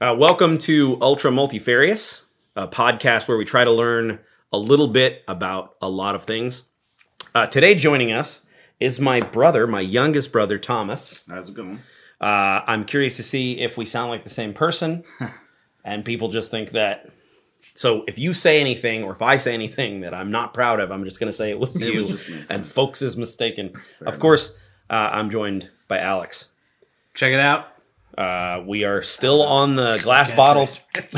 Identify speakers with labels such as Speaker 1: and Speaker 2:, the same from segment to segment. Speaker 1: Uh, welcome to Ultra Multifarious, a podcast where we try to learn a little bit about a lot of things. Uh, today, joining us is my brother, my youngest brother, Thomas.
Speaker 2: That's a good one.
Speaker 1: Uh, I'm curious to see if we sound like the same person, and people just think that. So if you say anything, or if I say anything that I'm not proud of, I'm just going to say it was
Speaker 2: It
Speaker 1: you,
Speaker 2: was just me.
Speaker 1: and folks is mistaken. of course, uh, I'm joined by Alex.
Speaker 3: Check it out.
Speaker 1: Uh, we are still on the glass bottle.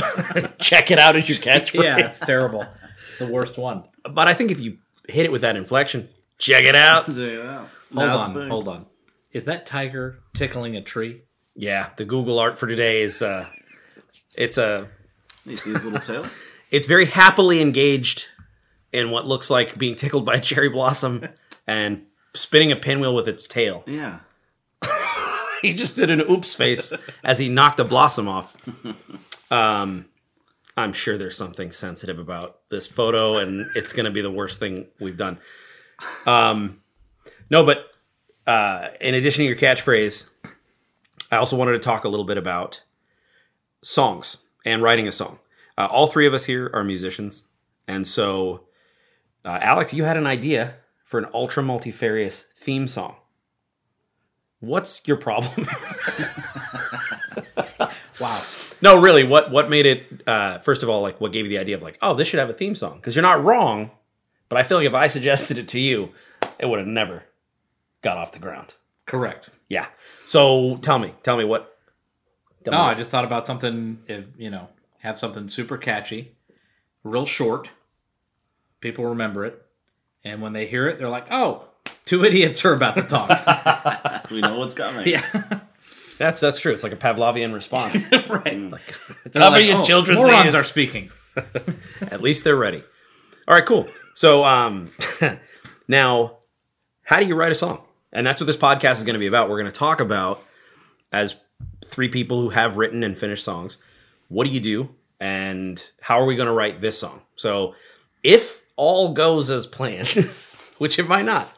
Speaker 1: Check it out as you catch.
Speaker 3: Yeah, it's terrible. It's the worst one.
Speaker 1: but I think if you hit it with that inflection, check it out.
Speaker 3: Hold on, hold on. Is that tiger tickling a tree?
Speaker 1: Yeah, the Google art for today is uh, it's a
Speaker 2: You see his little tail?
Speaker 1: it's very happily engaged in what looks like being tickled by a cherry blossom and spinning a pinwheel with its tail.
Speaker 2: Yeah.
Speaker 1: He just did an oops face as he knocked a blossom off. Um, I'm sure there's something sensitive about this photo, and it's going to be the worst thing we've done. Um, no, but uh, in addition to your catchphrase, I also wanted to talk a little bit about songs and writing a song. Uh, all three of us here are musicians, and so uh, Alex, you had an idea for an ultra multifarious theme song. What's your problem?
Speaker 3: Wow.
Speaker 1: No, really. What what made it? Uh, first of all, like what gave you the idea of like, oh, this should have a theme song? Because you're not wrong, but I feel like if I suggested it to you, it would have never got off the ground.
Speaker 3: Correct.
Speaker 1: Yeah. So tell me, tell me what. tell
Speaker 3: No,
Speaker 1: me
Speaker 3: I
Speaker 1: what-
Speaker 3: just thought about something, if, you know, have something super catchy, real short. People remember it. And when they hear it, they're like, oh, two idiots are about to talk.
Speaker 2: We know what's coming.
Speaker 3: yeah.
Speaker 1: that's that's true. It's like a Pavlovian response.
Speaker 3: right. They're "Oh,
Speaker 1: Cover your children's
Speaker 3: morons
Speaker 1: ears."
Speaker 3: are speaking.
Speaker 1: At least they're ready. All right, cool. So um, now, how do you write a song? And that's what this podcast is going to be about. We're going to talk about as three people who have written and finished songs. What do you do, and how are we going to write this song? So, if all goes as planned, which it might not,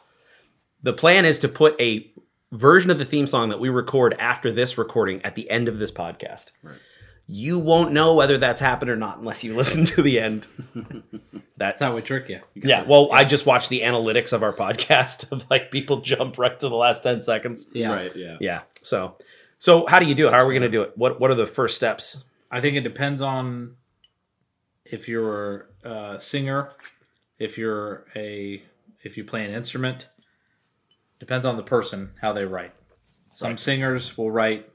Speaker 1: the plan is to put a version of the theme song that we record after this recording at the end of this podcast. You won't know whether that's happened or not unless you listen to the end.
Speaker 3: That's how we trick you.
Speaker 1: Yeah, well, I just watched the analytics of our podcast of like people jump right to the last 10 seconds.
Speaker 3: Yeah.
Speaker 2: Right, yeah.
Speaker 1: Yeah. So, so how do you do it? How are we going to do it? What what are the first steps?
Speaker 3: I think it depends on if you're a singer, if you're a if you play an instrument. Depends on the person how they write. Some singers will write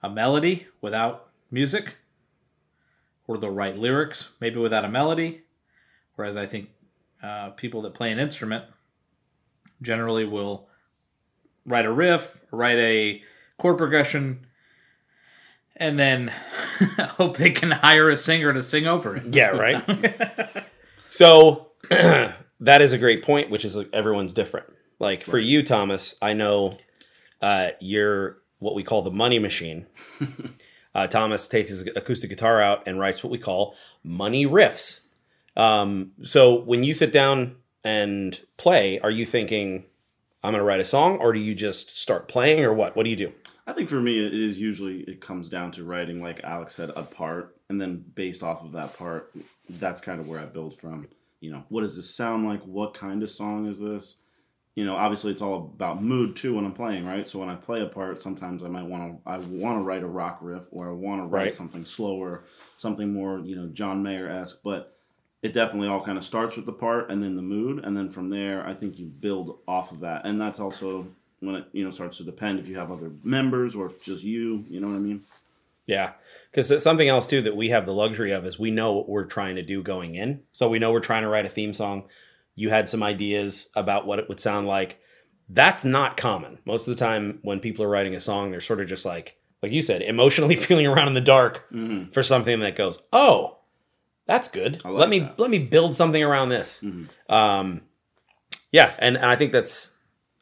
Speaker 3: a melody without music, or they'll write lyrics maybe without a melody. Whereas I think uh, people that play an instrument generally will write a riff, write a chord progression, and then hope they can hire a singer to sing over it.
Speaker 1: Yeah, right? so, that is a great point, which is like everyone's different. Like for you, Thomas, I know uh, you're what we call the money machine. uh, Thomas takes his acoustic guitar out and writes what we call money riffs. Um, so when you sit down and play, are you thinking, I'm going to write a song, or do you just start playing, or what? What do you do?
Speaker 2: I think for me, it is usually, it comes down to writing, like Alex said, a part. And then based off of that part, that's kind of where I build from. You know, what does this sound like? What kind of song is this? You know, obviously it's all about mood too when I'm playing, right? So when I play a part, sometimes I might want to, I want to write a rock riff or I want to write
Speaker 1: Right.
Speaker 2: something slower, something more, you know, John Mayer esque. But it definitely all kind of starts with the part and then the mood and then from there i think you build off of that and that's also when it you know starts to depend if you have other members or if it's just you you know what i mean
Speaker 1: Yeah. Because something else, too, that we have the luxury of is we know what we're trying to do going in. So we know we're trying to write a theme song. You had some ideas about what it would sound like. That's not common. Most of the time, when people are writing a song, they're sort of just like, like you said, emotionally feeling around in the dark
Speaker 2: mm-hmm.
Speaker 1: for something that goes, oh, that's good.
Speaker 2: I like
Speaker 1: let me
Speaker 2: that.
Speaker 1: let me build something around this.
Speaker 2: Mhm.
Speaker 1: Um, yeah, and, and I think that's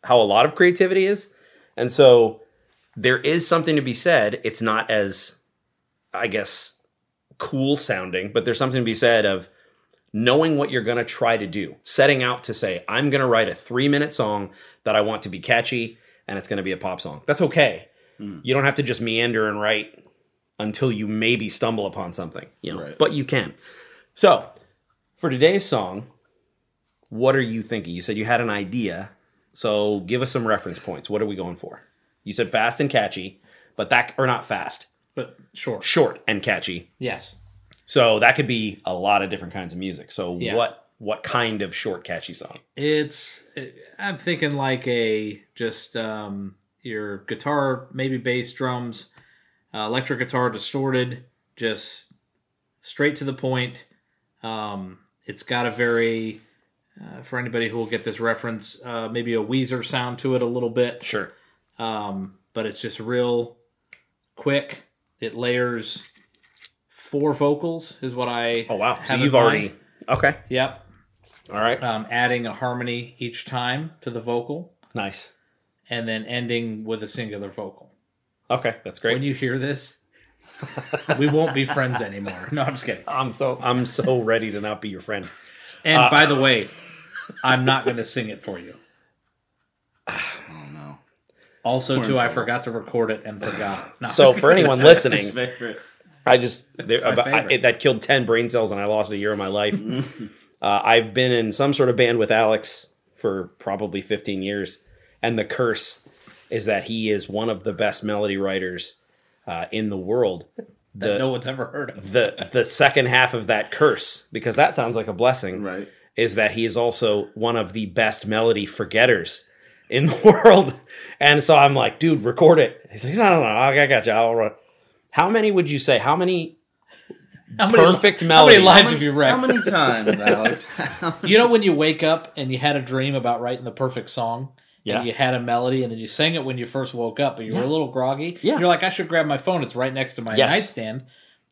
Speaker 1: how a lot of creativity is. And so there is something to be said. It's not as, I guess, cool sounding, but there's something to be said of knowing what you're going to try to do, setting out to say, I'm going to write a three minute song that I want to be catchy and it's going to be a pop song. That's okay.
Speaker 2: Mm.
Speaker 1: You don't have to just meander and write until you maybe stumble upon something, you know.
Speaker 2: Right.
Speaker 1: But you can. So, for today's song, what are you thinking? You said you had an idea, so give us some reference points. What are we going for? You said fast and catchy, but that or not fast,
Speaker 3: But sure.
Speaker 1: short and catchy.
Speaker 3: Yes.
Speaker 1: So that could be a lot of different kinds of music. So
Speaker 3: Yeah.
Speaker 1: what what kind of short catchy song?
Speaker 3: It's I'm thinking like a just um, your guitar, maybe bass, drums, uh, electric guitar distorted, just straight to the point. Um, it's got a very uh, for anybody who will get this reference, uh, maybe a Weezer sound to it a little bit,
Speaker 1: Sure.
Speaker 3: um, but it's just real quick. It layers four vocals is what I
Speaker 1: Oh wow. So
Speaker 3: have in
Speaker 1: you've already
Speaker 3: mind.
Speaker 1: Okay.
Speaker 3: yep
Speaker 1: All right.
Speaker 3: um, adding a harmony each time to the vocal
Speaker 1: Nice.
Speaker 3: and then ending with a singular vocal.
Speaker 1: Okay, that's great.
Speaker 3: When you hear this, we won't be friends anymore. No, I'm just kidding.
Speaker 1: I'm so I'm so ready to not be your friend.
Speaker 3: And
Speaker 1: Uh,
Speaker 3: by the way, I'm not going to sing it for you.
Speaker 2: Oh no.
Speaker 3: Also,
Speaker 2: We're in
Speaker 3: too, I
Speaker 2: trouble.
Speaker 3: forgot to record it and forgot. No.
Speaker 1: So for anyone
Speaker 2: His
Speaker 1: listening,
Speaker 2: favorite.
Speaker 1: I just there,
Speaker 3: my
Speaker 1: about, I,
Speaker 3: favorite.
Speaker 1: it, that killed ten brain cells and I lost a year of my life. uh, I've been in some sort of band with Alex for probably fifteen years, and the curse is that he is one of the best melody writers uh, in the world.
Speaker 3: that no one's ever heard of.
Speaker 1: The the second half of that curse, because that sounds like a blessing,
Speaker 2: Right.
Speaker 1: is that he is also one of the best melody forgetters in the world. And so I'm like, dude, record it. He's like, no, no, no, I got you. I'll run. How many would you say? How many?
Speaker 3: How many,
Speaker 1: Perfect
Speaker 3: How many
Speaker 1: melody.
Speaker 3: lines
Speaker 1: How
Speaker 3: have you
Speaker 2: How
Speaker 3: read?
Speaker 2: many times, Alex?
Speaker 3: you know when you wake up and you had a dream about writing the perfect song
Speaker 1: Yeah.
Speaker 3: and you had a melody and then you sang it when you first woke up but you were a little groggy
Speaker 1: Yeah.
Speaker 3: you're like i should grab my phone it's right next to my
Speaker 1: Yes.
Speaker 3: nightstand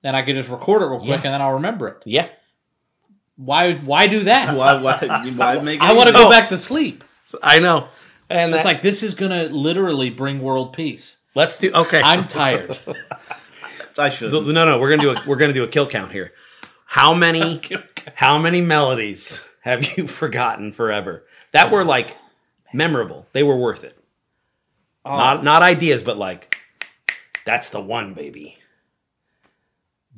Speaker 3: and i could just record it real quick
Speaker 1: Yeah.
Speaker 3: and then i'll remember it
Speaker 1: Yeah.
Speaker 3: why why do that
Speaker 2: why, why, why make
Speaker 3: i want to
Speaker 2: it-
Speaker 3: go
Speaker 1: So-
Speaker 3: back to sleep
Speaker 1: I know. And
Speaker 3: it's
Speaker 1: that's like,
Speaker 3: like this is gonna literally bring world peace
Speaker 1: let's do, okay.
Speaker 3: i'm tired
Speaker 2: I should.
Speaker 1: no, no, we're going to do a, we're going to do a kill count here. How many, how many melodies have you forgotten forever that were like memorable? They were worth it.
Speaker 3: Oh.
Speaker 1: Not, not ideas, but like, that's the one, baby.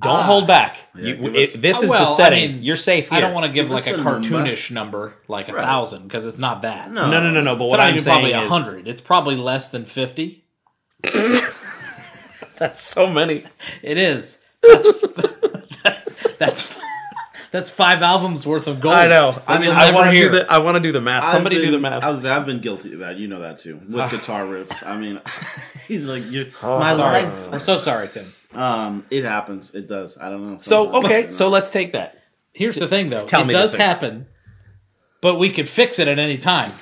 Speaker 1: Don't
Speaker 3: Ah.
Speaker 1: hold back.
Speaker 2: Yeah,
Speaker 1: You-
Speaker 2: give
Speaker 1: it-
Speaker 2: us-
Speaker 1: this
Speaker 3: Oh,
Speaker 1: is
Speaker 3: well,
Speaker 1: the
Speaker 3: I
Speaker 1: setting.
Speaker 3: mean,
Speaker 1: You're safe here.
Speaker 3: i don't want to give
Speaker 2: Give us
Speaker 3: like a
Speaker 2: a number.
Speaker 3: cartoonish number like a
Speaker 2: Right.
Speaker 3: thousand because it's not that
Speaker 2: No.
Speaker 1: No, no, no, no. But
Speaker 3: it's
Speaker 1: what
Speaker 3: not
Speaker 1: I'm
Speaker 3: even
Speaker 1: saying
Speaker 3: probably
Speaker 1: is,
Speaker 3: 100 it's probably less than 50
Speaker 1: that's so many.
Speaker 3: It is. That's that's that's five albums worth of gold.
Speaker 1: I know.
Speaker 2: I
Speaker 1: I
Speaker 2: mean,
Speaker 1: mean,
Speaker 2: I'll
Speaker 1: I
Speaker 3: never
Speaker 1: want to do
Speaker 3: hear.
Speaker 1: the. I want to do the math.
Speaker 2: I've
Speaker 1: Somebody do
Speaker 2: been-
Speaker 1: the math.
Speaker 2: I was, I've been guilty of that. You know that too. With guitar riffs. I mean, he's like, you're,
Speaker 1: Oh,
Speaker 2: my
Speaker 1: sorry.
Speaker 2: life.
Speaker 3: I'm so sorry, Tim.
Speaker 2: Um, it happens. It does. I don't know.
Speaker 1: so
Speaker 2: Sometimes, you
Speaker 1: okay,
Speaker 2: know.
Speaker 1: so let's take that.
Speaker 3: Here's the thing, though.
Speaker 1: tell
Speaker 3: it
Speaker 1: me
Speaker 3: does
Speaker 1: the thing.
Speaker 3: happen, but we could fix it at any time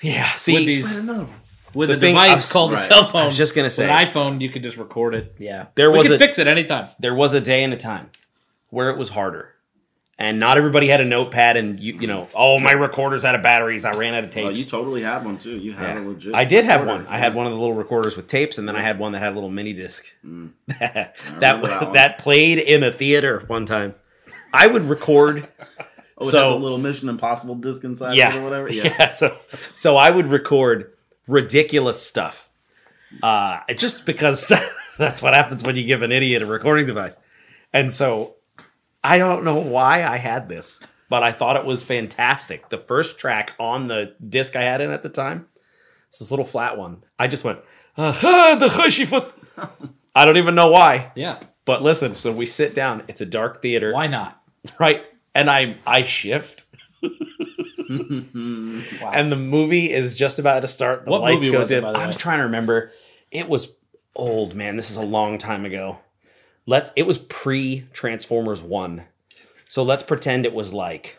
Speaker 1: Yeah.
Speaker 3: with
Speaker 1: See,
Speaker 3: these
Speaker 2: Another one.
Speaker 3: with
Speaker 1: The
Speaker 3: a
Speaker 1: thing- I
Speaker 3: device
Speaker 1: was-
Speaker 3: called a
Speaker 2: right.
Speaker 3: cell phone.
Speaker 1: I was just gonna say.
Speaker 3: with an iPhone. You could just record it. Yeah,
Speaker 1: There
Speaker 3: we
Speaker 1: was
Speaker 3: could
Speaker 1: a-
Speaker 3: fix it anytime.
Speaker 1: there was a day and a time where it was harder, and not everybody had a notepad, and you you know, oh my recorders out of batteries. I ran out of tapes.
Speaker 2: Oh, you totally had one too. You had
Speaker 1: Yeah.
Speaker 2: a legit.
Speaker 1: I did have
Speaker 2: recorder.
Speaker 1: one. I had one of the little recorders with tapes, and then I had one that had a little mini disc that that,
Speaker 2: Mm. remember that one.
Speaker 1: played in a theater one time. I would record.
Speaker 2: Oh, it
Speaker 1: so
Speaker 2: had the little Mission Impossible disc inside
Speaker 1: yeah,
Speaker 2: it or whatever.
Speaker 1: yeah, So so I would record ridiculous stuff, uh, just because that's what happens when you give an idiot a recording device. And so I don't know why I had this, but I thought it was fantastic. The first track on the disc I had in at the time, it's this little flat one. I just went, "Ah, the hushy foot. I don't even know why,
Speaker 3: Yeah,
Speaker 1: but listen. So we sit down. It's a dark theater,
Speaker 3: why not?
Speaker 1: right? And I I shift,
Speaker 3: Wow.
Speaker 1: and the movie is just about to start. The
Speaker 3: What
Speaker 1: lights
Speaker 3: movie
Speaker 1: go
Speaker 3: was it,
Speaker 1: dim.
Speaker 3: by the
Speaker 1: I was
Speaker 3: way?
Speaker 1: trying to remember. It was old, man. This is a long time ago. Let's. It was pre Transformers One, so let's pretend it was like,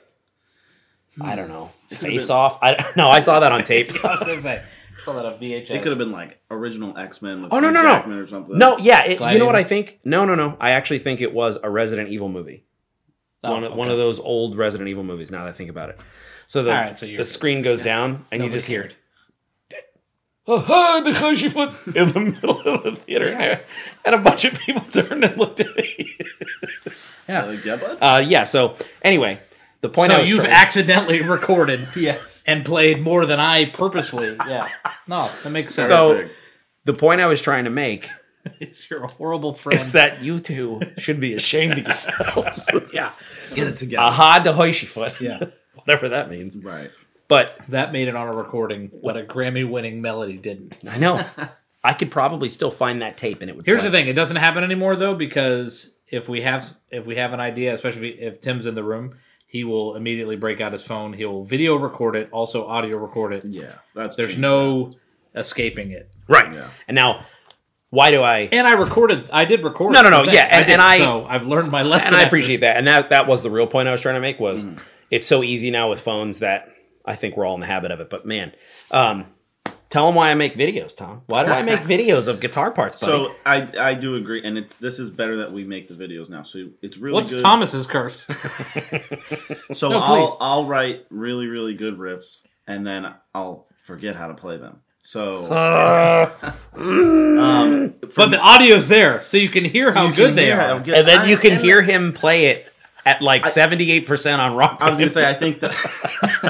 Speaker 1: I don't know, Face Off. I no, I saw that on tape.
Speaker 3: I was gonna say I saw that on VHS.
Speaker 2: It could have been like original X Men with
Speaker 1: Oh, no,
Speaker 2: Hugh
Speaker 1: no, no.
Speaker 2: Jackman or something.
Speaker 1: No, yeah, it, you
Speaker 3: Gladiator?
Speaker 1: know what I think? No, no, no. I actually think it was a Resident Evil movie.
Speaker 3: Oh,
Speaker 1: One of- one
Speaker 3: okay.
Speaker 1: of those old Resident Evil movies. Now that I think about it, so the
Speaker 3: All right, so you're
Speaker 1: the
Speaker 3: good.
Speaker 1: screen goes down and you
Speaker 3: Nobody
Speaker 1: just hear
Speaker 3: cared.
Speaker 1: it. the Hoshi foot in the middle of the theater, and a bunch of people turned and looked at me.
Speaker 3: Yeah.
Speaker 2: Like, yeah, bud.
Speaker 1: Uh, yeah. So anyway, the point. I
Speaker 3: So
Speaker 1: was
Speaker 3: you've
Speaker 1: trying-
Speaker 3: accidentally recorded
Speaker 2: yes.
Speaker 3: and played more
Speaker 1: Oh.
Speaker 3: than I purposely. Yeah. No, that makes sense.
Speaker 1: So- the point I was trying to make
Speaker 3: It's your horrible friend.
Speaker 4: It's that you two should be ashamed of yourselves.
Speaker 1: Yeah.
Speaker 2: Get it together.
Speaker 4: Aha to Hoishifut.
Speaker 3: Yeah.
Speaker 4: Whatever that means.
Speaker 2: Right.
Speaker 4: But
Speaker 3: That made it on a recording, but a Grammy winning melody didn't.
Speaker 4: I know.
Speaker 1: I could probably still find that tape and it would
Speaker 3: Here's
Speaker 1: play.
Speaker 3: the thing, it doesn't happen anymore though, because if we have if we have an idea, especially if if Tim's in the room, he will immediately break out his phone. He will video record it, also audio record it.
Speaker 2: Yeah. That's
Speaker 3: There's
Speaker 2: changed.
Speaker 3: no escaping it.
Speaker 1: Right.
Speaker 2: Yeah.
Speaker 1: And now, why do I.
Speaker 3: And I recorded I did record
Speaker 1: No, no,
Speaker 3: the
Speaker 1: no,
Speaker 3: thing.
Speaker 1: yeah, and-
Speaker 3: did,
Speaker 1: and I-
Speaker 3: so I've learned my lesson.
Speaker 1: and I
Speaker 3: after-
Speaker 1: appreciate that. Mm. And that that was the real point I was trying to make was it's so easy now with phones that I think we're all in the habit of it. But man, um, tell them why I make videos, Tom. Why do I make videos of guitar parts, buddy?
Speaker 2: So I I do agree, and it's this is better that we make the videos now. So it's really
Speaker 3: What's
Speaker 2: good.
Speaker 3: Thomas's curse?
Speaker 2: So
Speaker 3: No, please.
Speaker 2: I'll I'll write really really good riffs, and then I'll forget how to play them. So
Speaker 1: Uh, mm.
Speaker 2: um,
Speaker 3: but the audio's there, so you can hear how good they are.
Speaker 1: and then you can hear him play it at like seventy eight percent on rock.
Speaker 2: I was gonna say I think that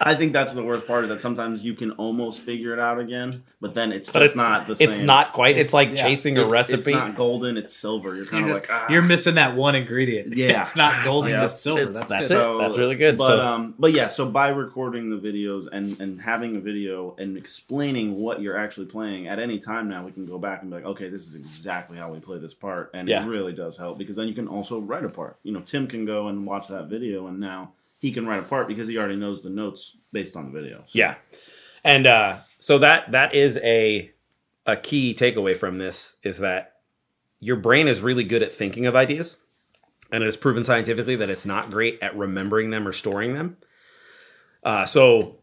Speaker 2: I think that's the worst part is that sometimes you can almost figure it out again, but then it's
Speaker 1: but
Speaker 2: just
Speaker 1: it's
Speaker 2: not the same.
Speaker 1: It's not quite. It's, like
Speaker 3: yeah.
Speaker 1: chasing
Speaker 2: It's-
Speaker 1: a recipe.
Speaker 2: It's not golden. It's silver. You're kind
Speaker 3: You're,
Speaker 2: of
Speaker 3: just,
Speaker 2: like ah.
Speaker 3: you're missing that one ingredient.
Speaker 2: Yeah.
Speaker 3: It's not gold, it's,
Speaker 2: yeah.
Speaker 3: silver.
Speaker 1: It's-
Speaker 3: that's
Speaker 1: that's
Speaker 3: good.
Speaker 1: it. That's really good.
Speaker 2: But
Speaker 1: So-
Speaker 2: um, but yeah. So by recording the videos and and having a video and explaining what you're actually playing at any time now, we can go back and be like, okay, this is exactly how we play this part, and
Speaker 1: Yeah.
Speaker 2: it really does help because then you can also write a part. You know, Tim can go and watch that video, and now he can write a part because he already knows the notes based on the video. So-
Speaker 1: Yeah. And uh, so that that is a a key takeaway from this is that your brain is really good at thinking of ideas, and it is proven scientifically that it's not great at remembering them or storing them. Uh, so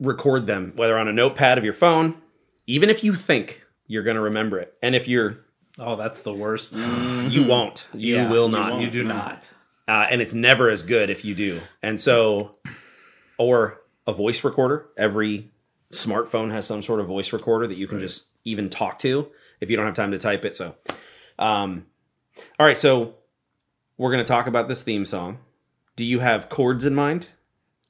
Speaker 1: record them whether on a notepad of your phone, even if you think you're going to remember it, and if you're
Speaker 3: Oh, that's the worst.
Speaker 1: you won't, you
Speaker 3: Yeah,
Speaker 1: will not,
Speaker 2: won't.
Speaker 3: You do
Speaker 2: No.
Speaker 3: not.
Speaker 1: uh, and it's never as good if you do. And so, or a voice recorder. Every smartphone has some sort of voice recorder that you can just even talk to if you don't have time to type it. So, um, all right. So we're going to talk about this theme song. Do you have chords in mind?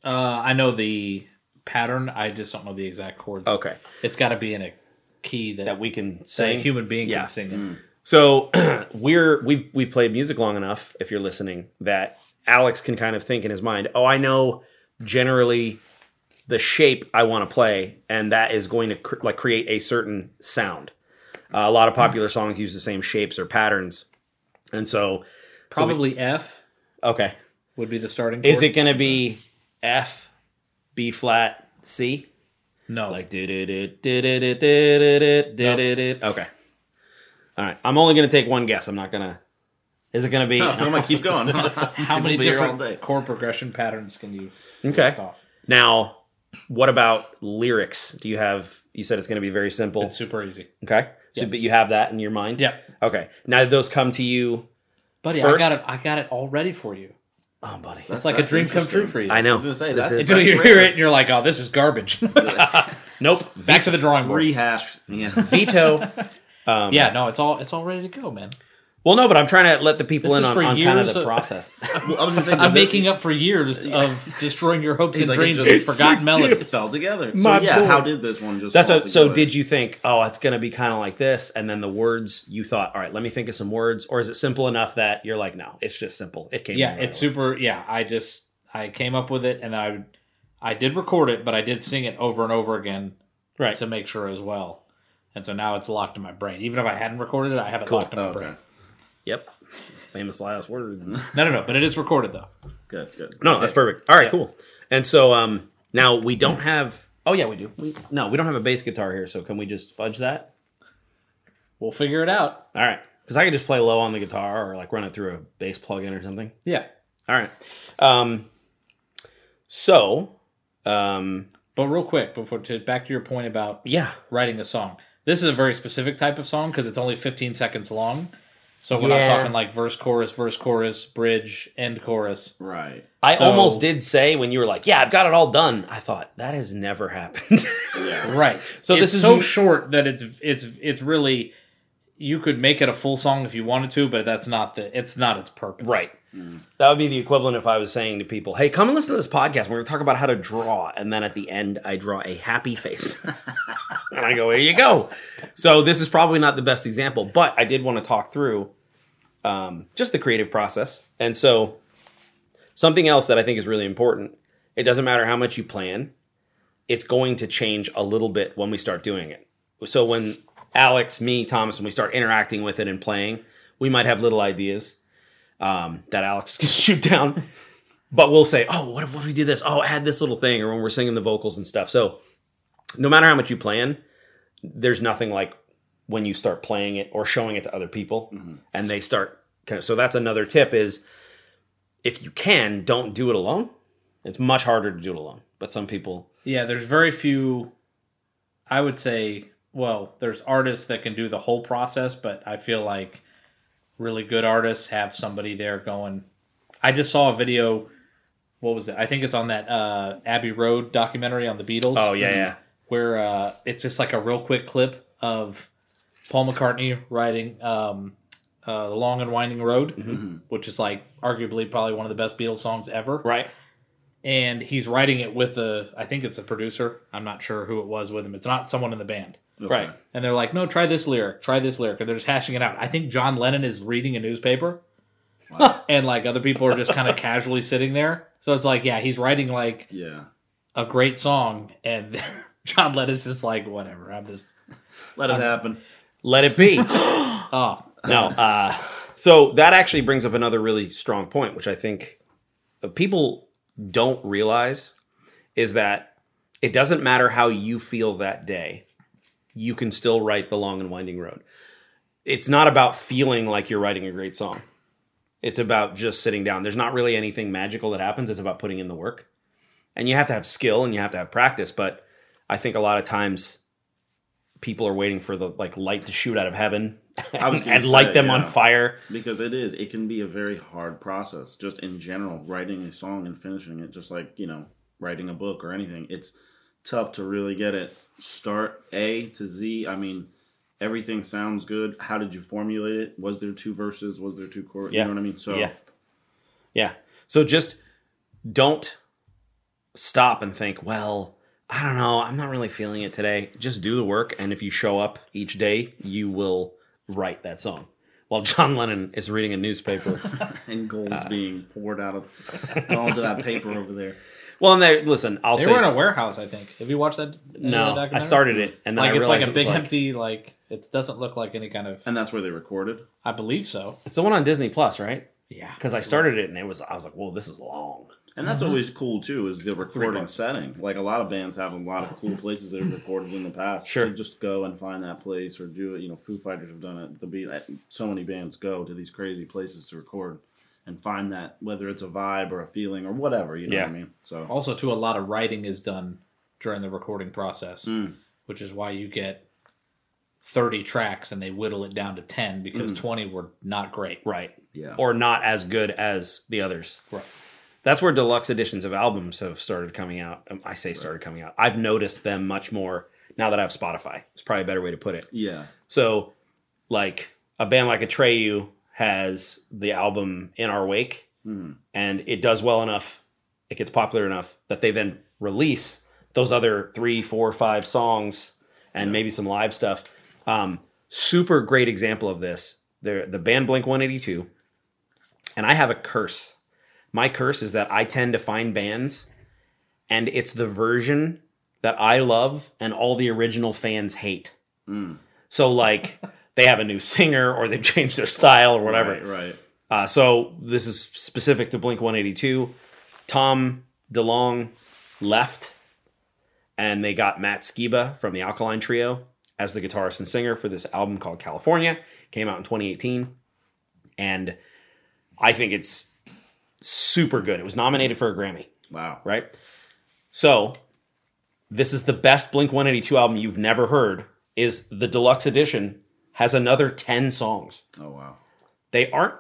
Speaker 3: Uh, I know the pattern. I just don't know the exact chords.
Speaker 1: Okay,
Speaker 3: It's got to be in a key that,
Speaker 1: that we can
Speaker 3: that a
Speaker 1: sing.
Speaker 3: human being
Speaker 1: Yeah. Mm.
Speaker 3: can sing. it.
Speaker 1: So we're we've we've played music long enough, if you're listening, that Alex can kind of think in his mind, oh, I know generally the shape I want to play, and that is going to cr- like create a certain sound. Uh, a lot of popular songs use the same shapes or patterns, and so
Speaker 3: Probably F
Speaker 1: okay,
Speaker 3: would be the starting. Chord.
Speaker 1: is it going to be F, B flat, C?
Speaker 3: no?
Speaker 1: Like do do do do do do do do do do. Okay. All right. I'm only gonna take one guess. I'm not gonna. Is it gonna be?
Speaker 2: I'm gonna keep going.
Speaker 3: how many
Speaker 2: We'll be here all
Speaker 3: different
Speaker 2: day.
Speaker 3: chord progression patterns can you
Speaker 1: Okay.
Speaker 3: list off?
Speaker 1: Now, what about lyrics? Do you have? You said it's gonna be very simple.
Speaker 3: It's super easy.
Speaker 1: okay. So, but you have that in your mind.
Speaker 3: Yeah,
Speaker 1: Okay. Now did those come to you.
Speaker 3: buddy,
Speaker 1: First-
Speaker 3: I got it. I got it all ready for you.
Speaker 1: Oh, buddy.
Speaker 3: It's like a
Speaker 2: That's
Speaker 3: dream come
Speaker 2: interesting.
Speaker 3: true for you.
Speaker 1: I
Speaker 2: I
Speaker 1: know.
Speaker 2: was gonna say
Speaker 1: This
Speaker 2: that's,
Speaker 1: is-
Speaker 3: Until
Speaker 2: that's
Speaker 3: you
Speaker 2: rare.
Speaker 3: hear it and you're like, "Oh, this is garbage."
Speaker 1: Nope.
Speaker 3: Back to the drawing board.
Speaker 2: rehash. Yeah.
Speaker 1: Veto. Um,
Speaker 3: Yeah, no, it's all it's all ready to go, man.
Speaker 1: Well, no, but I'm trying to let the people
Speaker 3: This
Speaker 1: in
Speaker 3: is
Speaker 1: on,
Speaker 3: for
Speaker 1: on kind of
Speaker 3: years
Speaker 1: the
Speaker 3: of-
Speaker 1: process.
Speaker 2: Well, I was gonna say
Speaker 3: I'm making up for years of destroying your hopes
Speaker 2: He's
Speaker 3: and
Speaker 2: like,
Speaker 3: dreams
Speaker 2: it
Speaker 3: with
Speaker 2: just-
Speaker 3: forgotten
Speaker 2: It
Speaker 3: melodies.
Speaker 2: fell together.
Speaker 1: My
Speaker 2: so yeah,
Speaker 1: boy.
Speaker 2: how did this one just?
Speaker 1: That's
Speaker 2: fall
Speaker 1: what, so.
Speaker 2: together?
Speaker 1: Did you think, oh, it's going to be kind of like this, and then the words you thought, all right, let me think of some words, or is it simple enough that you're like, no, it's just simple. It came.
Speaker 3: Yeah,
Speaker 1: in right
Speaker 3: it's
Speaker 1: away.
Speaker 3: super. Yeah, I just I came up with it and I would- I did record it, but I did sing it over and over again,
Speaker 1: Right.
Speaker 3: to make sure as well. And so now it's locked in my brain. Even if I hadn't recorded it, I have it
Speaker 1: Cool.
Speaker 3: locked in
Speaker 2: Oh,
Speaker 3: my
Speaker 2: okay.
Speaker 3: brain.
Speaker 1: Yep. Famous last words.
Speaker 3: No, no, no. But it is recorded though.
Speaker 2: Good. Good.
Speaker 1: No, that's perfect. All right, cool. And so um, now we don't have. Oh yeah, we do. We, no, we don't have a bass guitar here. So can we just fudge that?
Speaker 3: We'll figure it out.
Speaker 1: All right, because I could just play low on the guitar or like run it through a bass plugin or something.
Speaker 3: Yeah.
Speaker 1: All right. Um, so um,
Speaker 3: But real quick, before to back to your point about
Speaker 1: yeah,
Speaker 3: writing a song. This is a very specific type of song because it's only 15 seconds long. So we're not
Speaker 1: Yeah.
Speaker 3: talking like verse, chorus, verse, chorus, bridge, end chorus.
Speaker 2: Right.
Speaker 1: I
Speaker 3: So-
Speaker 1: almost did say when you were like, "Yeah, I've got it all done." I thought that has never happened.
Speaker 2: Yeah.
Speaker 3: Right.
Speaker 1: So
Speaker 3: It's
Speaker 1: this is
Speaker 3: so
Speaker 1: m-
Speaker 3: short that it's it's it's really you could make it a full song if you wanted to, but that's not the it's not its purpose.
Speaker 1: right. Mm. That would be the equivalent if I was saying to people, "Hey, come and listen to this podcast. We're going to talk about how to draw." And then at the end, I draw a happy face, and I go, "Here you go." So this is probably not the best example, but I did want to talk through um, just the creative process. And so, something else that I think is really important: it doesn't matter how much you plan; it's going to change a little bit when we start doing it. So when Alex, me, Thomas, when we start interacting with it and playing, we might have little ideas um, that Alex can shoot down. But we'll say, oh, what if, what if we did this? Oh, add this little thing, or when we're singing the vocals and stuff. So, no matter how much you plan, there's nothing like when you start playing it or showing it to other people, and they start. Kind of, so that's another tip: is if you can, don't do it alone. It's much harder to do it alone. But some people,
Speaker 3: Yeah, there's very few. I would say, well, there's artists that can do the whole process, but I feel like really good artists have somebody there going. I just saw a video. What was it? I think it's on that uh, Abbey Road documentary on the Beatles.
Speaker 1: oh yeah, yeah,
Speaker 3: where uh, it's just like a real quick clip of Paul McCartney riding um, uh, "The Long and Winding Road," which is like arguably probably one of the best Beatles songs ever
Speaker 1: Mm-hmm. right,
Speaker 3: and he's writing it with the I think it's a producer. I'm not sure who it was with him. It's not someone in the band.
Speaker 1: right.
Speaker 3: And they're like, "No, try this lyric. Try this lyric." And they're just hashing it out. I think John Lennon is reading a newspaper.
Speaker 2: Wow.
Speaker 3: and like other people are just kind of casually sitting there. So it's like, yeah, he's writing like
Speaker 2: Yeah.
Speaker 3: a great song and John Lennon's just like, "Whatever. I'm just
Speaker 2: Let it happen.
Speaker 1: Let it be.
Speaker 3: oh,
Speaker 1: no. Uh, so that actually brings up another really strong point, which I think people don't realize is that it doesn't matter how you feel that day, you can still write the long and winding road. It's not about feeling like you're writing a great song. It's about just sitting down. There's not really anything magical that happens. It's about putting in the work. And you have to have skill and you have to have practice, but I think a lot of times people are waiting for the like light to shoot out of heaven
Speaker 2: I was
Speaker 1: and,
Speaker 2: gonna
Speaker 1: light
Speaker 2: say,
Speaker 1: them on
Speaker 2: yeah.
Speaker 1: fire.
Speaker 2: Because it is. It can be a very hard process, just in general, writing a song and finishing it, just like, you know, writing a book or anything. It's tough to really get it. Start A to Z. I mean, everything sounds good. How did you formulate it? Was there two verses? Was there two chords?
Speaker 1: Yeah.
Speaker 2: You know what I mean? So,
Speaker 1: Yeah. Yeah. So just don't stop and think, well, I don't know, I'm not really feeling it today. Just do the work and if you show up each day, you will write that song. While John Lennon is reading a newspaper.
Speaker 2: and gold
Speaker 1: Uh.
Speaker 2: is being poured out of all to that paper over there.
Speaker 1: well, and they listen, I'll
Speaker 3: they
Speaker 1: say
Speaker 3: were in a warehouse, I think. Have you watched that? any of that
Speaker 1: no. I
Speaker 3: documentary?
Speaker 1: started it and then
Speaker 3: like
Speaker 1: I
Speaker 3: it's
Speaker 1: realized
Speaker 3: like a
Speaker 1: it was
Speaker 3: big empty like it doesn't look like any kind of
Speaker 2: And that's where they recorded.
Speaker 3: I believe so.
Speaker 1: It's the one on Disney Plus, right?
Speaker 3: Yeah.
Speaker 1: Because I started it and it was I was like, whoa, this is long.
Speaker 2: And
Speaker 1: Mm-hmm.
Speaker 2: that's always cool too, is the recording
Speaker 1: months.
Speaker 2: setting. Like a lot of bands have a lot of cool places they've recorded in the past.
Speaker 1: Sure.
Speaker 2: So just go and find that place or do it. You know, Foo Fighters have done it. The beat. So many bands go to these crazy places to record and find that whether it's a vibe or a feeling or whatever. You know what I
Speaker 1: Yeah.
Speaker 2: mean? So
Speaker 3: Also, too, a lot of writing is done during the recording process,
Speaker 2: Mm.
Speaker 3: which is why you get 30 tracks and they whittle it down to 10 because 20 were not great.
Speaker 1: Right.
Speaker 2: yeah,
Speaker 1: Or not as good as the others.
Speaker 3: Right.
Speaker 1: That's where deluxe editions of albums have started coming out. Um, I say started coming out. I've noticed them much more now that I have Spotify. It's probably a better way to put it.
Speaker 2: yeah,
Speaker 1: So, like a band like Atreyu has the album In Our Wake,
Speaker 2: Mhm.
Speaker 1: and it does well enough, it gets popular enough that they then release those other three, four, five songs and maybe some live stuff. Um, super great example of this. They're, the band Blink 182, and I have a curse. My curse is that I tend to find bands, and it's the version that I love and all the original fans hate.
Speaker 2: Mm.
Speaker 1: So like they have a new singer or they've changed their style or whatever.
Speaker 2: Right, right.
Speaker 1: Uh, so this is specific to Blink 182. Tom DeLong left, and they got Matt Skiba from the Alkaline Trio as the guitarist and singer for this album called California. Came out in 2018, and I think it's super good. It was nominated for a Grammy
Speaker 2: Wow.
Speaker 1: right? So, this is the best Blink 182 album you've never heard. Is the deluxe edition has another 10 songs.
Speaker 2: Oh wow.
Speaker 1: They aren't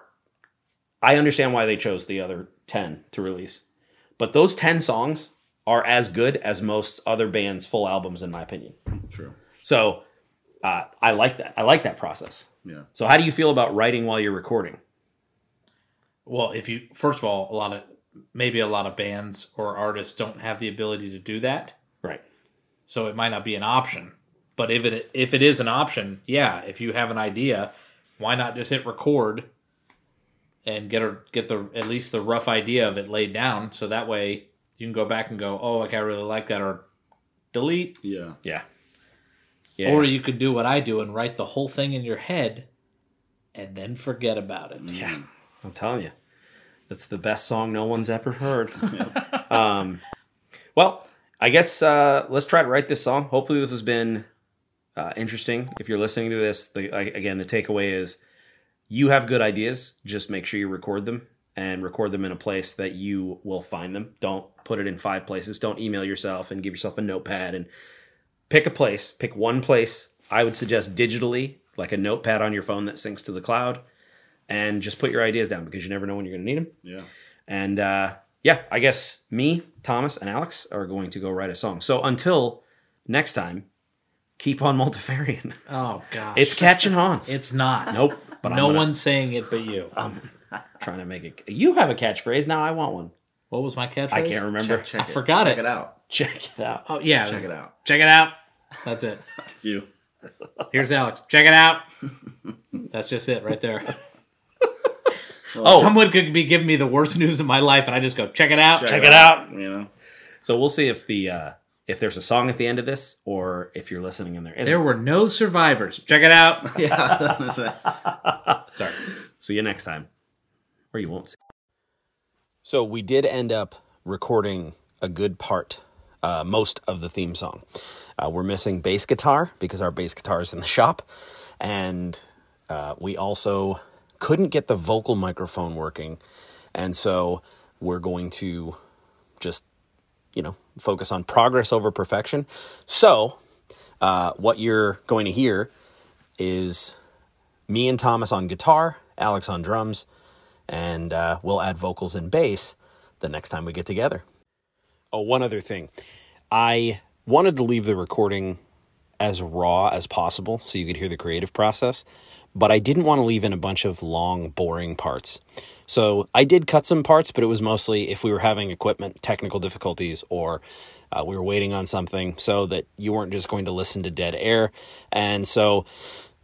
Speaker 1: I understand why they chose the other 10 to release. But those 10 songs are as good as most other bands' full albums in my opinion.
Speaker 2: True.
Speaker 1: So, uh, I like that. I like that process.
Speaker 2: Yeah.
Speaker 1: So, how do you feel about writing while you're recording?
Speaker 3: well, if you first of all, a lot of maybe a lot of bands or artists don't have the ability to do that,
Speaker 4: Right.
Speaker 3: so it might not be an option. But if it if it is an option, yeah, if you have an idea, why not just hit record and get a, get the at least the rough idea of it laid down, so that way you can go back and go, oh, like I really like that, or delete,
Speaker 2: Yeah.
Speaker 4: Yeah. Yeah.
Speaker 3: or you could do what I do and write the whole thing in your head, and then forget about
Speaker 2: Mm-hmm. Mm.
Speaker 3: it.
Speaker 4: yeah.
Speaker 1: I'm telling you, it's the best song no one's ever heard. um, well, I guess uh, let's try to write this song. Hopefully, this has been uh, interesting. If you're listening to this, the, I, again, the takeaway is you have good ideas. Just make sure you record them and record them in a place that you will find them. Don't put it in five places. Don't email yourself and give yourself a notepad and pick a place. Pick one place. I would suggest digitally, like a notepad on your phone that syncs to the cloud and just put your ideas down because you never know when you're going to need them.
Speaker 2: Yeah.
Speaker 1: And uh, yeah, I guess me, Thomas, and Alex are going to go write a song. So until next time, keep on multifarian.
Speaker 3: Oh gosh,
Speaker 1: it's catching on.
Speaker 3: it's not.
Speaker 1: Nope, but I'm
Speaker 3: no
Speaker 1: gonna-
Speaker 3: one's saying it but you.
Speaker 1: Trying to make it. You have a catchphrase now. I want one.
Speaker 3: what was my catchphrase?
Speaker 1: I can't remember. Check,
Speaker 3: I forgot
Speaker 2: check
Speaker 3: it.
Speaker 2: it out.
Speaker 1: it out.
Speaker 3: Oh yeah,
Speaker 2: Check it out.
Speaker 3: Check it out. That's it.
Speaker 2: It's you.
Speaker 3: Here's Alex. Check it out. That's just it right there.
Speaker 1: Oh,
Speaker 3: Someone could be giving me the worst news of my life, and I just go check it out.
Speaker 1: Check it out.
Speaker 2: You know.
Speaker 1: so we'll see if the uh, if there's a song at the end of this, or if you're listening and there isn't.
Speaker 3: There were no survivors. Check it out.
Speaker 2: Yeah.
Speaker 3: Sorry.
Speaker 1: See you next time. Or you won't. See. So we did end up recording a good part, uh, most of the theme song. Uh, we're missing bass guitar because our bass guitar is in the shop. And uh, we also couldn't get the vocal microphone working. And so we're going to just, you know, focus on progress over perfection. So uh, what you're going to hear is me and Thomas on guitar, Alex on drums, and uh, we'll add vocals and bass the next time we get together. Oh, one other thing. I wanted to leave the recording as raw as possible so you could hear the creative process, but I didn't want to leave in a bunch of long, boring parts. So I did cut some parts, but it was mostly if we were having equipment technical difficulties or uh, we were waiting on something so that you weren't just going to listen to dead air. And so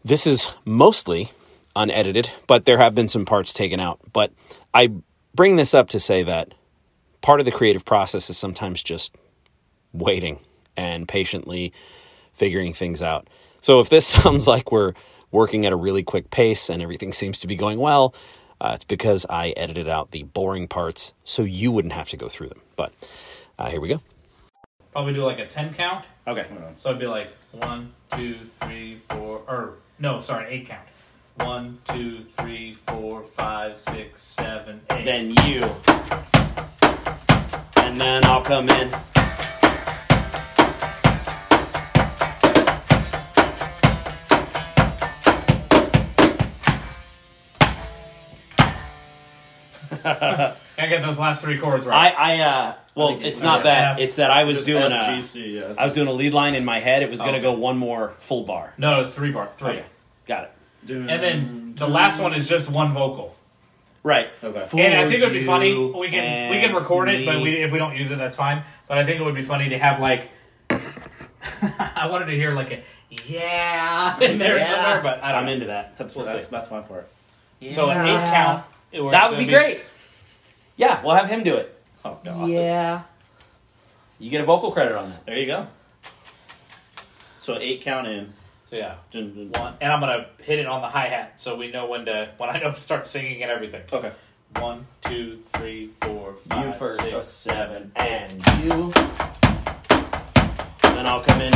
Speaker 1: this is mostly unedited, but there have been some parts taken out. But I bring this up to say that part of the creative process is sometimes just waiting and patiently figuring things out. So if this sounds like we're working at a really quick pace and everything seems to be going well, uh, it's because I edited out the boring parts so you wouldn't have to go through them. But uh, here we go.
Speaker 3: Probably do like a ten count.
Speaker 1: Okay.
Speaker 3: So it'd be like one, two, three, four, or no, sorry, eight count. One, two, three, four, five, six, seven, eight.
Speaker 1: Then you. And then I'll come in.
Speaker 3: I get those last three chords
Speaker 1: I,
Speaker 3: right.
Speaker 1: I uh, well, it's not
Speaker 3: yeah,
Speaker 1: that.
Speaker 3: F-
Speaker 1: it's that I was
Speaker 2: Just
Speaker 1: doing a,
Speaker 2: FGC, yeah.
Speaker 1: I was doing a lead line in my head. It was gonna
Speaker 3: Oh.
Speaker 1: go one more full bar.
Speaker 3: no, it's three bar, three.
Speaker 1: Got it.
Speaker 2: doing
Speaker 3: And then the last one is just one vocal.
Speaker 1: Right.
Speaker 2: Okay.
Speaker 3: and I think it would
Speaker 1: For
Speaker 3: be funny.
Speaker 1: you
Speaker 3: We can we
Speaker 1: and
Speaker 3: can record it, but
Speaker 1: me.
Speaker 3: we, if we don't use it, that's fine. But I think it would be funny to have like. I wanted to hear like a yeah in there
Speaker 2: Yeah.
Speaker 3: somewhere, but I don't.
Speaker 1: I'm
Speaker 3: know.
Speaker 1: into that.
Speaker 2: That's
Speaker 1: We'll
Speaker 2: that's,
Speaker 1: see.
Speaker 2: that's my part.
Speaker 3: So an eight count. it was
Speaker 1: That would
Speaker 3: gonna
Speaker 1: be great. Yeah, we'll have him do it.
Speaker 2: Oh God.
Speaker 1: You get a vocal credit on that.
Speaker 2: There you go. So eight count in.
Speaker 3: So yeah,
Speaker 2: Dun, dun, dun.
Speaker 3: one, and I'm gonna hit it on the hi hat, so we know when to when I know to start singing and everything.
Speaker 2: Okay.
Speaker 3: One, two, three, four,
Speaker 1: You
Speaker 3: five,
Speaker 1: first,
Speaker 3: six,
Speaker 1: so-
Speaker 3: seven,
Speaker 1: And you. Then I'll come in.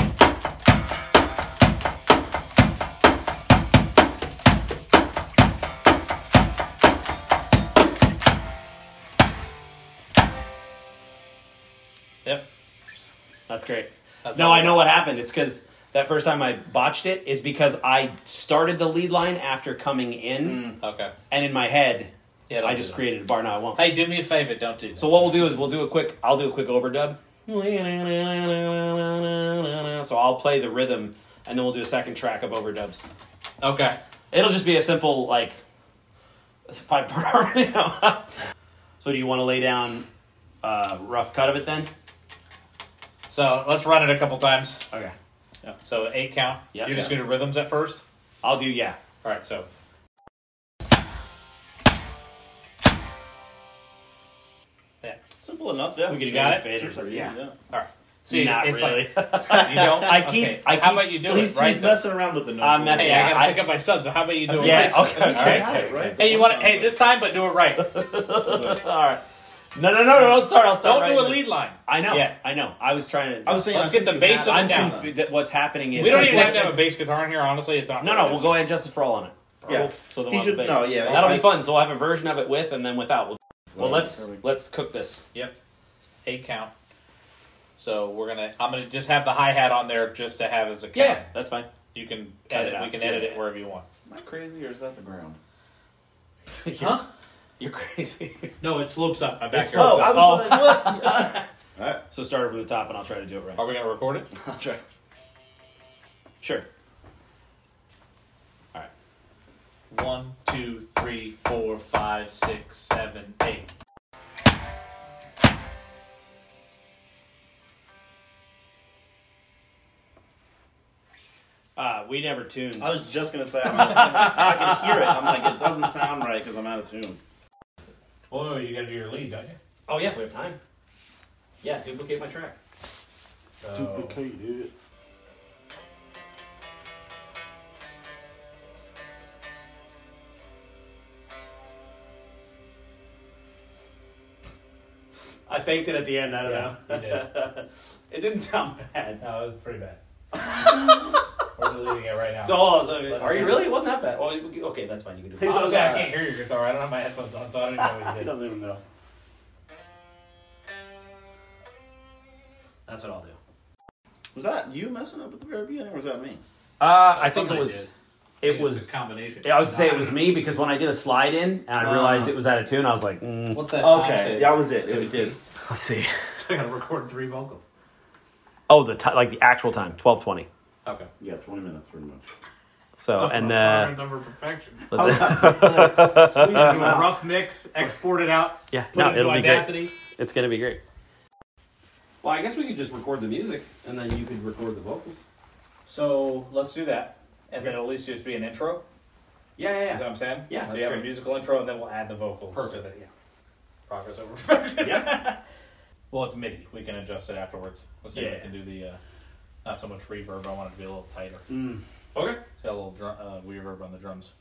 Speaker 1: Yep. That's great.
Speaker 3: That's
Speaker 1: no,
Speaker 3: all.
Speaker 1: I know what happened. It's because that first time I botched it is because I started the lead line after coming in,
Speaker 3: Hmm. Okay.
Speaker 1: and in my head,
Speaker 3: Yeah, don't
Speaker 1: I
Speaker 3: do
Speaker 1: just
Speaker 3: that.
Speaker 1: created a bar. Now I won't.
Speaker 3: Hey, do me a favor. Don't do that.
Speaker 1: So what we'll do is we'll do a quick. I'll do a quick overdub. So I'll play the rhythm, and then we'll do a second track of overdubs.
Speaker 3: okay.
Speaker 1: It'll just be a simple like five part harmony. so do you want to lay down a rough cut of it then?
Speaker 3: So let's run it a couple times.
Speaker 1: Okay.
Speaker 3: So eight count.
Speaker 1: Yeah.
Speaker 3: You're just gonna do rhythms at first.
Speaker 1: I'll do yeah.
Speaker 3: All right. So
Speaker 2: Simple enough, yeah.
Speaker 1: We could
Speaker 3: You
Speaker 1: do
Speaker 3: got
Speaker 1: a
Speaker 3: it?
Speaker 1: fade or something. Yeah.
Speaker 3: all right. See,
Speaker 1: Not
Speaker 3: it's
Speaker 1: really.
Speaker 3: like you don't.
Speaker 1: I keep-
Speaker 3: Okay.
Speaker 1: I
Speaker 3: How
Speaker 1: keep-
Speaker 3: about you do
Speaker 2: He's,
Speaker 3: it right?
Speaker 2: he's
Speaker 3: though?
Speaker 2: messing around with the notes.
Speaker 1: I'm
Speaker 2: a little
Speaker 1: messing-
Speaker 3: Hey,
Speaker 2: bit.
Speaker 3: I gotta
Speaker 1: I-
Speaker 3: pick up my son. So how about you do it?
Speaker 1: Yeah,
Speaker 3: Right?
Speaker 1: okay, okay.
Speaker 3: All right.
Speaker 2: Right.
Speaker 3: Hey, you want? to Hey, this time, but do it right.
Speaker 1: All right. No, no, no, no! Don't start. I'll start.
Speaker 3: Don't
Speaker 1: right
Speaker 3: do a
Speaker 1: in
Speaker 3: lead
Speaker 1: minutes.
Speaker 3: line.
Speaker 1: I know.
Speaker 3: Yeah.
Speaker 1: I know. I was trying to.
Speaker 2: I was saying,
Speaker 3: Let's
Speaker 2: I
Speaker 3: get
Speaker 2: think
Speaker 3: the
Speaker 2: you
Speaker 3: bass
Speaker 2: have-
Speaker 3: on
Speaker 1: I'm
Speaker 3: down.
Speaker 1: confu- that what's happening is
Speaker 3: We don't even have to
Speaker 1: conflicted.
Speaker 3: have a bass guitar in here, honestly. It's not.
Speaker 1: No, no. We'll go ahead and Justice for All on it.
Speaker 2: Yeah.
Speaker 3: Oh.
Speaker 1: So then
Speaker 2: He
Speaker 1: we'll have
Speaker 2: should-
Speaker 1: a bass.
Speaker 2: no, yeah,
Speaker 1: That'll
Speaker 2: I-
Speaker 1: be fun. So we'll have a version of it with and then without. We'll, well,
Speaker 2: Right,
Speaker 1: let's
Speaker 2: perfect.
Speaker 1: let's cook this.
Speaker 3: Yep. Eight count. So we're gonna. I'm gonna just have the hi hat on there just to have as a count.
Speaker 1: Yeah, that's fine.
Speaker 3: You can
Speaker 1: Cut
Speaker 3: edit.
Speaker 1: it
Speaker 3: we
Speaker 1: out.
Speaker 3: can edit it wherever you want.
Speaker 2: Am I crazy or is that the ground?
Speaker 1: You're,
Speaker 3: Huh?
Speaker 1: You're crazy.
Speaker 3: No, it slopes up. My back
Speaker 1: It
Speaker 3: here goes
Speaker 1: slopes up.
Speaker 3: up.
Speaker 1: Oh.
Speaker 2: like, what? Alright,
Speaker 1: so start it from the top, and I'll try to do it right.
Speaker 3: Are we gonna record it?
Speaker 2: I'll try.
Speaker 1: Sure.
Speaker 3: One, two, three, four, five, six, seven, eight.
Speaker 1: Uh, we never tuned.
Speaker 2: I was just gonna say I'm out of tune. I can hear it. I'm like, it doesn't sound right because I'm out of tune.
Speaker 3: Oh, you gotta do your lead, don't you?
Speaker 1: oh yeah, if we have time. Yeah, duplicate my track.
Speaker 3: So
Speaker 1: I faked it at the end. I don't
Speaker 3: Yeah,
Speaker 1: know.
Speaker 3: you did.
Speaker 1: it didn't sound bad.
Speaker 3: no, it was pretty bad. We're deleting it right now.
Speaker 1: So, oh, so
Speaker 3: Let us
Speaker 1: are you
Speaker 3: know.
Speaker 1: really? It wasn't that bad. Well, you- okay, that's fine. You can do it.
Speaker 2: Hey,
Speaker 3: Honestly, I can't hear your guitar. I don't have my headphones on, so I don't even know what
Speaker 2: He
Speaker 3: you did.
Speaker 2: doesn't even know.
Speaker 1: That's what I'll do.
Speaker 2: Was that you messing up at the very beginning, or was that me?
Speaker 1: Uh, I think it
Speaker 3: Somebody
Speaker 1: was. It
Speaker 3: It's
Speaker 1: was.
Speaker 3: a combination.
Speaker 1: I was to say it was me because when I did a slide in and I
Speaker 2: Ah.
Speaker 1: realized it was out of tune, I was like, mm,
Speaker 3: What's that?
Speaker 2: Okay, that was it. It did.
Speaker 1: let's see.
Speaker 3: I gotta record three vocals.
Speaker 1: Oh, the ti like the actual time, twelve twenty.
Speaker 3: Okay.
Speaker 2: Yeah, 20 minutes pretty much.
Speaker 3: Oh,
Speaker 1: So and uh,
Speaker 3: Tolerance over perfection.
Speaker 1: let's
Speaker 2: Squeeze
Speaker 3: Do
Speaker 2: them
Speaker 3: a
Speaker 2: out.
Speaker 3: rough mix, export it out,
Speaker 1: yeah,
Speaker 3: put
Speaker 1: no,
Speaker 3: it into
Speaker 1: it'll be great.
Speaker 3: Audacity.
Speaker 1: It's gonna be great.
Speaker 5: Well, I guess we could just record the music and then you could record the vocals.
Speaker 3: So let's do that, and then at least just be an intro.
Speaker 5: Yeah, yeah,
Speaker 3: Is what I'm saying.
Speaker 5: Yeah,
Speaker 3: So
Speaker 5: that's
Speaker 3: you have a
Speaker 5: great.
Speaker 3: musical intro, and then we'll add the vocals.
Speaker 5: Perfect.
Speaker 3: To the, yeah. Progress over perfection. well, it's MIDI. We can adjust it afterwards. Let's see if
Speaker 1: Yeah.
Speaker 3: we can do the. Uh, not so much reverb. I want it to be a little tighter.
Speaker 2: Mm.
Speaker 3: Okay. It's got a little drum, uh, reverb on the drums.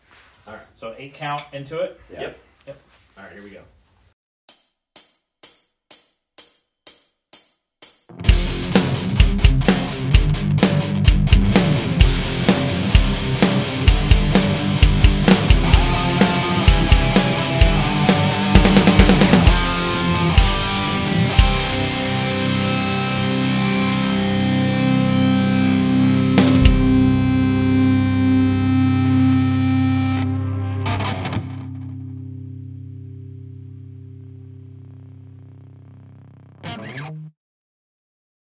Speaker 1: All right.
Speaker 3: So eight count into it.
Speaker 2: Yeah.
Speaker 1: Yep.
Speaker 3: All right. Here we go.